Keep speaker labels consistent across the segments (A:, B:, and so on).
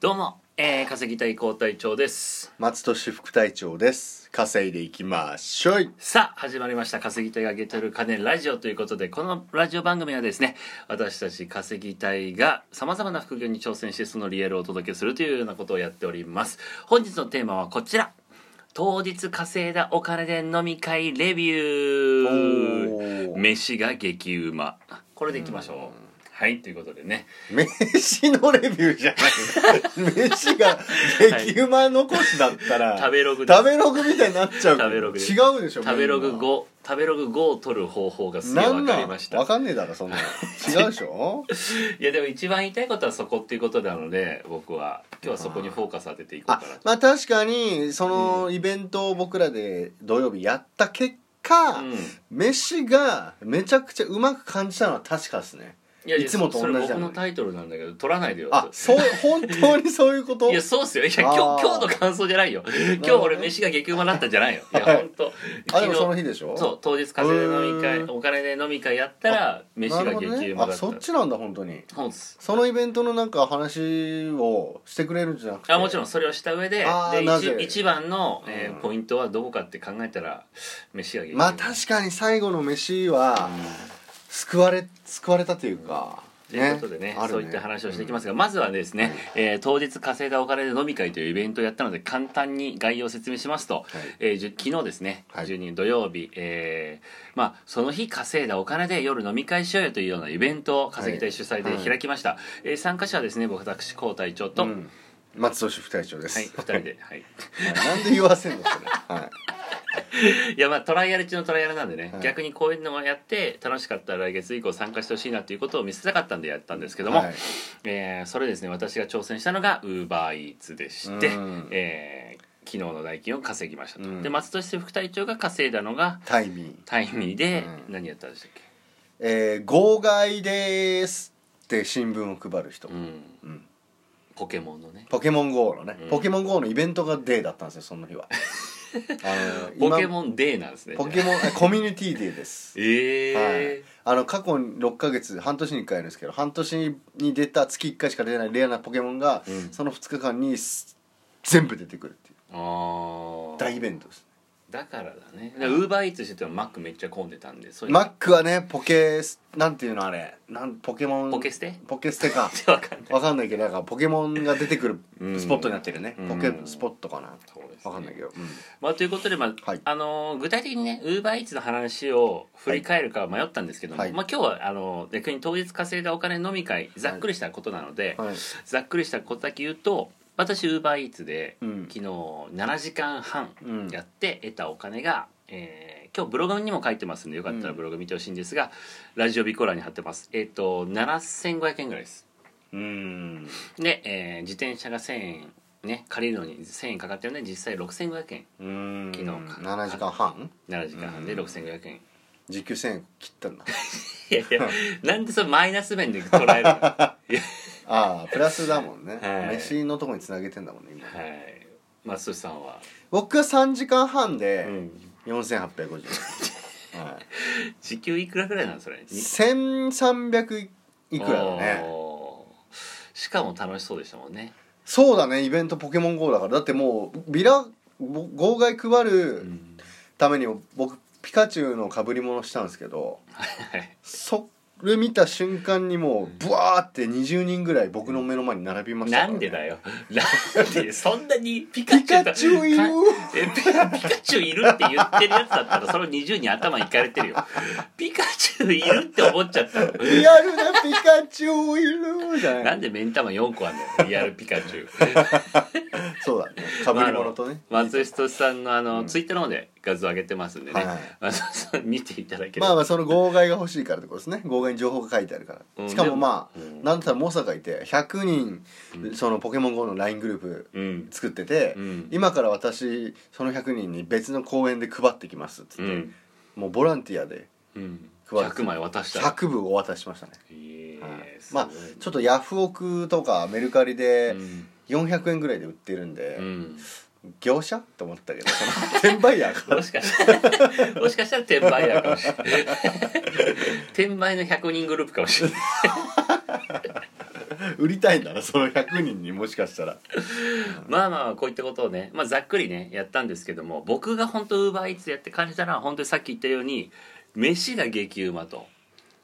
A: どうも、えー、稼ぎたい高隊長です
B: 松戸市副隊長です稼いでいきましょい
A: さあ始まりました「稼ぎたいがゲトる金ラジオ」ということでこのラジオ番組はですね私たち稼ぎたいがさまざまな副業に挑戦してそのリアルをお届けするというようなことをやっております本日のテーマはこちら当日稼いだお金で飲み会レビュー
B: おー
A: 飯が激うまこれでいきましょうはいということでね
B: 飯のレビューじゃない飯が激うま残しだったら、
A: 食べログです
B: 食べログみたいになっちゃう
A: 食べログです
B: 違うでしょ
A: 食べログ
B: 5
A: 5食べログ5を取る方法がすげえ
B: な
A: 分
B: ん
A: か
B: な
A: り
B: ん
A: ま
B: わ
A: した
B: かんねえだろそんなの違うでしょ
A: いやでも一番言いたいことはそこっていうことなので僕は今日はそこにフォーカス当てていこう
B: あ
A: かなと
B: まあ確かにそのイベントを僕らで土曜日やった結果、
A: うん
B: 飯がめちゃくちゃうまく感じたのは確かですね
A: やや
B: いつもと同じだね
A: それ僕のタイトルなんだけど取らないでよ
B: あ そう本当にそういうこと
A: いやそうっすよいや今日
B: あー
A: 今日の感想じゃないよ今日俺飯が激うまだったんじゃないよいや
B: はい
A: 本当
B: あでもその
A: 日
B: 日でしょ
A: そう当日風邪で飲み
B: へ
A: 会
B: ー
A: お金で飲み会やったら飯
B: な
A: が
B: るほ
A: 激
B: どね
A: うま
B: あ
A: だった
B: そっちなんだ本当に
A: そうっす
B: そのイベントのなんか話をしてくれるんじゃなくて
A: あもちろ
B: ん
A: んそれをした上で
B: あー
A: で
B: なぜ
A: 一一番の、えー
B: うん
A: ポイントはどこかって考えたら飯が激う
B: まあ確かに最後の飯は救われ救われたというか
A: ということでねそういった話をしていきますが、まずはですね、えー当日稼いだお金で飲み会というイベントをやったので簡単に概要を説明しますと、えーじゅ昨日ですね、
B: はい
A: 12土曜日、えーまあ、その日稼いだお金で夜飲み会しようよというようなイベントを稼ぎたい主催で開きました、えー参加者はですね僕私高隊長と、
B: うんうん松戸市副隊長です
A: はい、2人で、はい、
B: はいなんで言わせんのそれはい
A: いやまあトライアル中のトライアルなんでね、
B: はい
A: 逆にこういうのをやって楽しかったら来月以降参加してほしいなということを見せたかったんでやったんですけども、
B: はい
A: えーそれですね私が挑戦したのがウーバーイーツでして、
B: うん
A: えー昨日の代金を稼ぎましたと、
B: うん
A: で松戸市副隊長が稼いだのが
B: タイミー
A: タイミーで、
B: うん
A: 何やったんでしたっ
B: えー号外ですって新聞を配る人
A: け、うん
B: うん
A: ポケモンのね
B: ポケモン GO のね、
A: うん
B: ポケモン GO のイベントがデーだったんですよその日 はあの
A: ポケ
B: 今
A: モンデーなんですね
B: ポケ
A: ン
B: モンえコミュニティデ ーです
A: え
B: はい
A: え、
B: あの過去6ヶ月半年に1回あるんですけど半年に出た月1回しか出ないレアなポケモンが、
A: うん
B: その2日間にす全部出てくるっていう
A: あ
B: 大イ
A: あ
B: ベントです
A: だからだねウーバーイーツしててもマックめっちゃ混んでたんでそういう
B: マックはねポケスなんていうのあれなんポケモン
A: ポケ捨て
B: ポケ捨てか
A: わかんない
B: わかんないけどなんかポケモンが出てく
A: う
B: る
A: ん
B: スポットになってるね、
A: うん
B: ポケスポットかな
A: そうですね
B: わかんないけど、うん
A: まあ、ということで、まあ
B: はい
A: あのー具体的にねウーバーイーツの話を振り返るか迷ったんですけども、
B: はい
A: まあ、今日はあのー逆に当日稼いだお金飲み会ざっくりしたことなので、
B: はい
A: ざっくりしたことだけ言うと私ウーバーイーツで
B: うん
A: 昨日7時間半
B: うん
A: やって得たお金が、えー今日ブログにも書いてますんでよかったら
B: うん
A: ブログ見てほしいんですが、ラジオビコーラに貼ってますえっ、と7500円ぐらいです
B: うん
A: で、えー自転車が1000円ね借りるのに1000円かかってるので実際6500円
B: うん
A: 昨日か
B: 7時間半
A: 7時間半で
B: うん
A: 6500円
B: 時給1000円切ったんだ
A: いやいやなんでそのマイナス面で捉 えるのいや
B: ああプラスだもんね、
A: はい
B: 飯のとこにつなげてんだもんね今
A: はい松寿さんは、
B: 僕は3時間半で4850 円、はい、
A: 時給いくらぐらいなんそれに
B: 1300いくらだね
A: おーしかも楽しそうでしたもんね
B: そうだねイベント「ポケモン GO」だからだってもうビラご号外配
A: う
B: る
A: ん
B: ために僕ピカチュウの被り物したんですけど
A: はい
B: それ見た瞬間にもうブワーって20人ぐらい僕の目の前に並びました
A: な
B: からね
A: んでだよ なんでそんなにピカ
B: ピ
A: チュウ
B: カ
A: と
B: チュ ウいる
A: かえピカピカチュウいるって言ってるやつだったらその20に頭いかれてるよピカチュウいるって思っちゃったの
B: リアルなピカチュウいるじゃな
A: ないんで目ん玉4個あんだよリアルピカチュウ
B: そうだね被り物とね
A: まああの松下さんのあの、ツイッターの方で画像上げてますんでね、
B: はい
A: 松下さん見ていただければ、
B: まあまあその号外が欲しいからってことですね号外に情報が書いてあるから、
A: うん
B: しかもまあ、
A: でもうん
B: なんだったら猛者がいて100人、そのポケモン GO の LINE グループ
A: うん
B: 作ってて、
A: うん
B: 今から私その100人に別の公園で配ってきますっつって、
A: うん
B: もうボランティアで
A: うん
B: 配る
A: 100枚渡した
B: 100部お渡ししましたね、
A: いえ
B: はい
A: すご
B: ま
A: い
B: あちょっとヤフオクとかメルカリで
A: うん
B: 400円ぐらいで売ってるんで、
A: うん
B: 業者と思ったけどその 転売ヤーか
A: もしかした らもしかしたら転売やかもしれない転売の100人グループかもしれない
B: 売りたいんだなその100人にもしかしたら
A: まあまあこういったことをね、まあ、ざっくりねやったんですけども僕が本当ウーバーイーツやって感じたのは本当にさっき言ったように飯が激うまと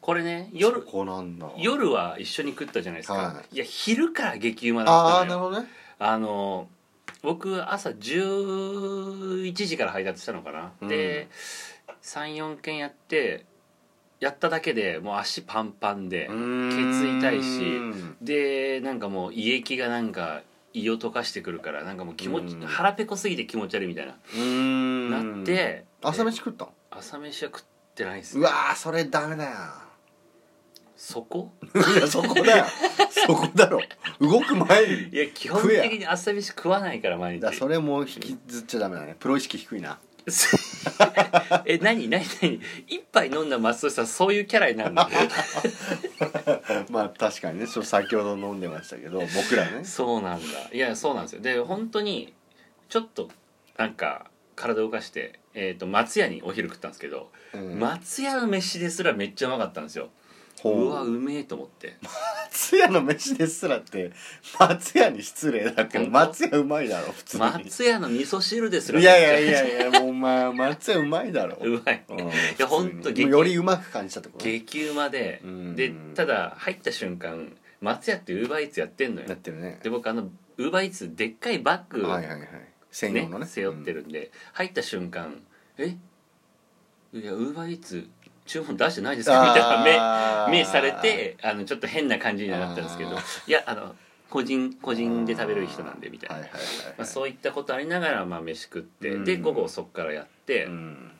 A: これね
B: そ
A: 夜
B: こなんだ
A: 夜は一緒に食ったじゃないですか、、
B: はい
A: や昼から激うまだ
B: あ
A: った
B: あ
A: の
B: な
A: よ
B: るほどね
A: あの僕朝11時から配達したのかな、
B: うん
A: で34件やってやっただけでもう足パンパンで、
B: 血
A: 痛いしでなんかもう胃液がなんか胃を溶かしてくるからなんかもう気持ち、
B: うん
A: 腹ペコすぎて気持ち悪いみたいな、
B: うん
A: なって
B: 朝
A: え
B: 飯食ったの
A: 朝飯は食ってないです
B: うわーそれダメだよ
A: そこ
B: いやそこだよ そこだろ動く前に
A: いや基本的に朝飯食わないから毎
B: だ
A: 日
B: それも引きずっちゃダメだねプロ意識低いな
A: え何何何一杯飲んだ松下さんそういうキャラに なるの
B: まあ確かにねそう先ほど飲んでましたけど僕らね
A: そうなんだいやそうなんですよで本当にちょっとなんか体を動かして、えー、と松屋にお昼食ったんですけど、
B: うん
A: 松屋の飯ですらめっちゃうまかったんですよ
B: ほ
A: うわうめえと思って
B: 松屋の飯ですらって松屋に失礼だけ
A: 本
B: ど
A: 当
B: 松屋うまいだろ普通に
A: 松屋の味噌汁ですら
B: いやい
A: めっ
B: やい
A: ちゃ
B: やいやもうお前松屋うまいだろ
A: うまい
B: うんい
A: やほんと激
B: よりうまく感じたってことね
A: 激うまで
B: うん
A: でただ入った瞬間松屋ってウーバーイーツやってんのよ
B: なってるね
A: で僕あのウーバーイーツでっかいバッグ
B: はいはいはい専用のね
A: 背負ってるんで、入った瞬間「えいやウーバーイーツ注文出してないですか?」みたいな目目されてあのちょっと変な感じにはなったんですけど
B: あ
A: いやあの個人個
B: 個
A: 人で食べる人なんでみたいな、
B: はいはいはい
A: まあ、そういったことありながらまあ飯食って、
B: うん
A: で午後そっからやって、
B: うん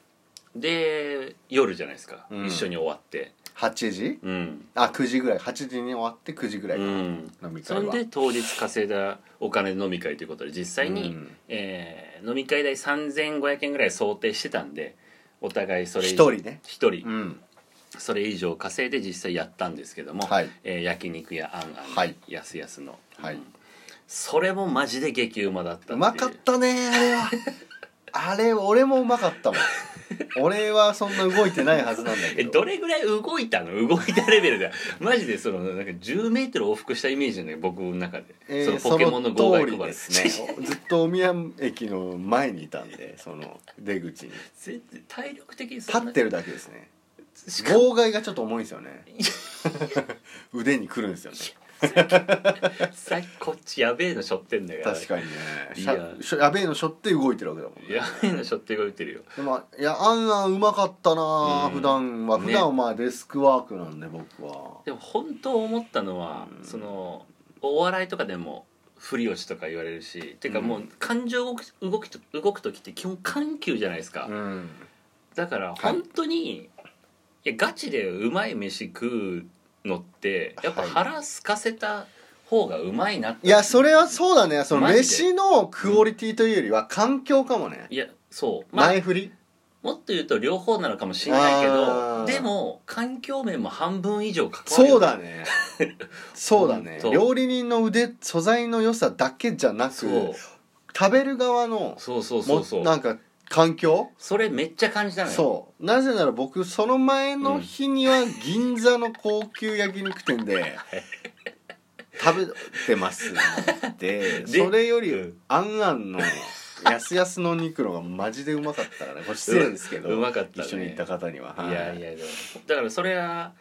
A: で夜じゃないですか、
B: うん
A: 一緒に終わって
B: 8時
A: うん、
B: あ9時ぐらい8時に終わって9時ぐら
A: う
B: いか飲
A: ん、
B: み会
A: そ
B: は
A: んで当日稼いだお金の飲み会ということで実際に、
B: うん
A: えー飲み会代3500円ぐらい想定してたんでお互いそれ
B: 一人ね
A: 一人、
B: うん
A: それ以上稼いで実際やったんですけども、
B: はい
A: えー焼肉屋あんあん、
B: はい
A: やすやすの、
B: はい
A: うんそれもマジで激うまだったっていう
B: うまかったねあ れはあれ俺もうまかったもん俺はそんな動いてないはずなんだけ
A: え
B: ど
A: どれぐらい動いたの動いたレベルでマジでそのなんか1 0ル往復したイメージなんだけど僕の中で、
B: えー
A: そのポケモンの号外配
B: その通り
A: る
B: ですねずっと大宮駅の前にいたんでその出口に
A: 全然体力的に
B: 立
A: そんな
B: ってるだけですね
A: しかも
B: 妨害がちょっと重いんですよ ね腕にくるんですよね
A: さこっちやべえのしょってんだから
B: 確かにね
A: い
B: しゃ
A: や
B: しょやべえのしょって動いてるわけだもんね
A: やべえのしょって動いてるよ
B: でもいやあんあんうまかったな、
A: うん
B: 普段は
A: ね
B: 普段はまあデスクワークなんで僕は、
A: でも本当思ったのは、
B: うん
A: そのお笑いとかでも振り押しとか言われるし、ていうかもう感情動く動くと動く時って基本緩急じゃないですか、
B: うん、
A: だから
B: い
A: 本当に、い、やガチでうまい飯食うのってやっぱ
B: はい
A: 腹すかせた方がうまいなって、
B: いやそれはそうだねその
A: マジで
B: 飯のクオリティというよりは環境かもね、
A: い、やそうまあ
B: 前振り
A: もっと言うと両方なのかもしれないけど
B: あー
A: でも環境面も半分以上関わる
B: そうだ ねそうだね
A: ほんと
B: 料理人の腕素材の良さだけじゃな
A: そ
B: く
A: う
B: 食べる側の
A: そうそうそうそ
B: も
A: う
B: なんか環境
A: それめっちゃ感じたのよ
B: そうなぜなら僕その前の日には銀座の高級焼肉店で食べてますので
A: で
B: それよ
A: う
B: り
A: ん
B: あんあんのやすやすの肉のがマジでうまかったからねこれ失礼ですけど
A: うまかったね
B: 一緒に行った方にははい
A: やいやでもだからそれは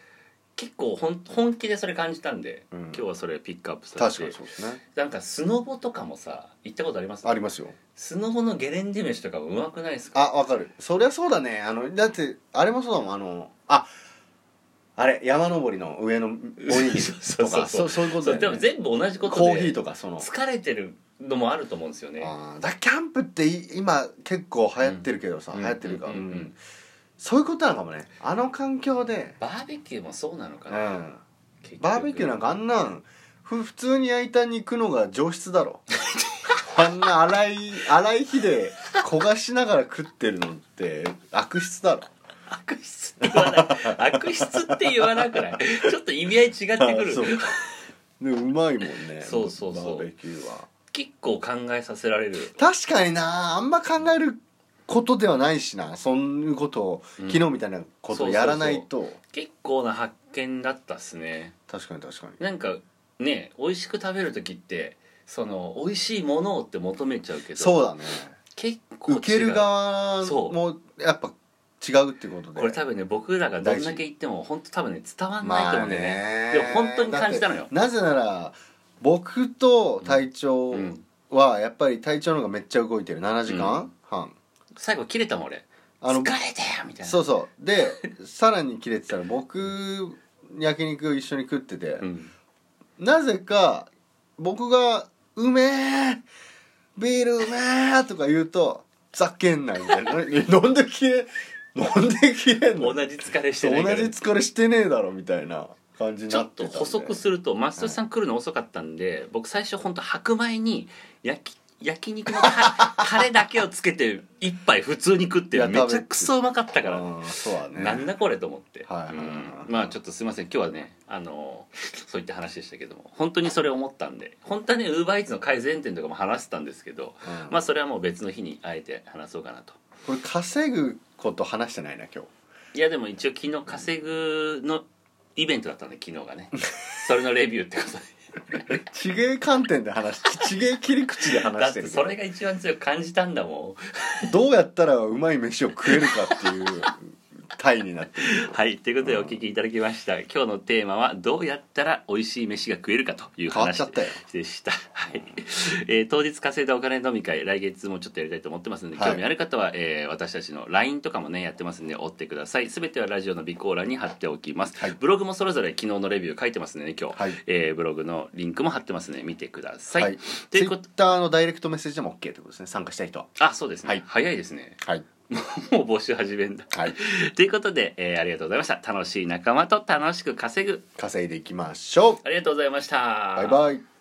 A: 結構ほん本気でそれ感じたんで、
B: うん
A: 今日はそれピックアップさ
B: 確か
A: せ
B: に
A: て
B: そうですね
A: なんかスノボとかもさ行ったことあります
B: ありますよ
A: スノボのゲレンデ飯とかもうまくないですか
B: あわかるそりゃそうだねあのだってあれもそうだもんあのああれ山登りの上 のおにぎり
A: そ
B: と
A: うそうそう
B: かそうそういうこ
A: そ
B: と
A: う
B: だ
A: で
B: よ
A: も
B: ね
A: 全部同じことで
B: コーヒーとかその
A: 疲れてるのもあると思うんですよね
B: あーだキャンプってい今結構流行ってるけどさ、
A: うん
B: 流行ってるか、
A: うんうんうん
B: そういうことなのかもねあの環境で、
A: バーベキューもそうなの
B: う
A: か
B: ん、
A: な、
B: バ
A: 結局
B: ーベキューなんかあんなんふ普通に焼いた肉のが上質だろ あんな荒い荒い火で焦がしながら食ってるのって悪質だろ
A: 悪質って言わない 悪質って言わなくないちょっと意味合い違ってく
B: あ
A: る
B: そうでうまいもんね
A: そうそうそう
B: バーベキューは
A: 結構考えさせられる
B: 確かになあんま考えることではないしなそんなことを、
A: うん
B: 昨日みたいなことをやらないと
A: 結構な発見だったっすね
B: 確かに確かに
A: なんかね美味しく食べる時ってその美味しいものをって求めちゃうけど
B: そうだね
A: 結構違う
B: 受ける側
A: そう
B: もやっぱ違うってことで
A: これ多分ね僕らがどんだけ言っても本当多分ね伝わんないと思うんだよね,、でも本当に感じたのよ
B: だってなぜなら僕と隊長
A: うん
B: はやっぱり隊長の方がめっちゃ動いてる7時間半、
A: 最後切れたもん俺
B: あの
A: 疲れたよみたいな
B: そうそうでさらに切れてたら僕焼肉一緒に食ってて、
A: うん、
B: なぜか僕が「うめえビールうめえ!」とか言うと「ざけんな」みたいな ななんで切れなんで切れんの
A: 同じ疲れして
B: そう
A: ない
B: 同
A: から
B: じ疲れしてねえだろみたいな感じに
A: ちょ
B: なっ
A: って
B: た
A: と
B: んで
A: 補足すると松戸さん来るの遅かったんで、僕最初本当白米に焼き焼肉の タタレだけをつけて一杯普通に食って
B: いや
A: めちゃくそうまかったから、
B: うんそうだね
A: なんだこれと思って、
B: はいはいはい
A: うんまあちょっとすいません今日はねあのそういった話でしたけども本当にそれ思ったんで本当はねウーバーイーツの改善点とかも話してたんですけど
B: うん
A: まあそれはもう別の日にあえて話そうかなと
B: これ稼ぐこと話してないな今日
A: いやでも一応昨日稼ぐのイベントだったんで昨日 がねそれのレビューってことで
B: ちげえ観点で話しちげえ切り口で
A: だ
B: 話
A: っ
B: して
A: て
B: る
A: それが一番強く感じたんだも
B: どうやったらうまい飯を食えるかっていう体になってる
A: んはいということでお聞きいただきました今日のテーマは「どうやったら美味しい飯が食えるか」という
B: 変わっ
A: 話
B: ちゃったよ
A: でした、はいえー当日稼いだお金飲み会来月もちょっとやりたいと思ってますので、
B: はい
A: 興味ある方は、えー私たちの LINE とかもねやってますんで追ってください全てはラジオの備考欄に貼っておきます、
B: はい
A: ブログもそれぞれ昨日のレビュー書いてますんでね今日、
B: はい
A: えーブログのリンクも貼ってますので見てください、
B: は
A: と
B: い
A: い
B: ツイ
A: うこ
B: ッ
A: と
B: ターのダイレクトメッセージでも OK ということですね参加したい人は
A: あそうですね、
B: はい
A: 早いですね
B: はい
A: もう募集始めんだ
B: はい
A: ということで、えーありがとうございました楽しい仲間と楽しく稼ぐ
B: 稼いでいきましょう
A: ありがとうございました
B: バイバイ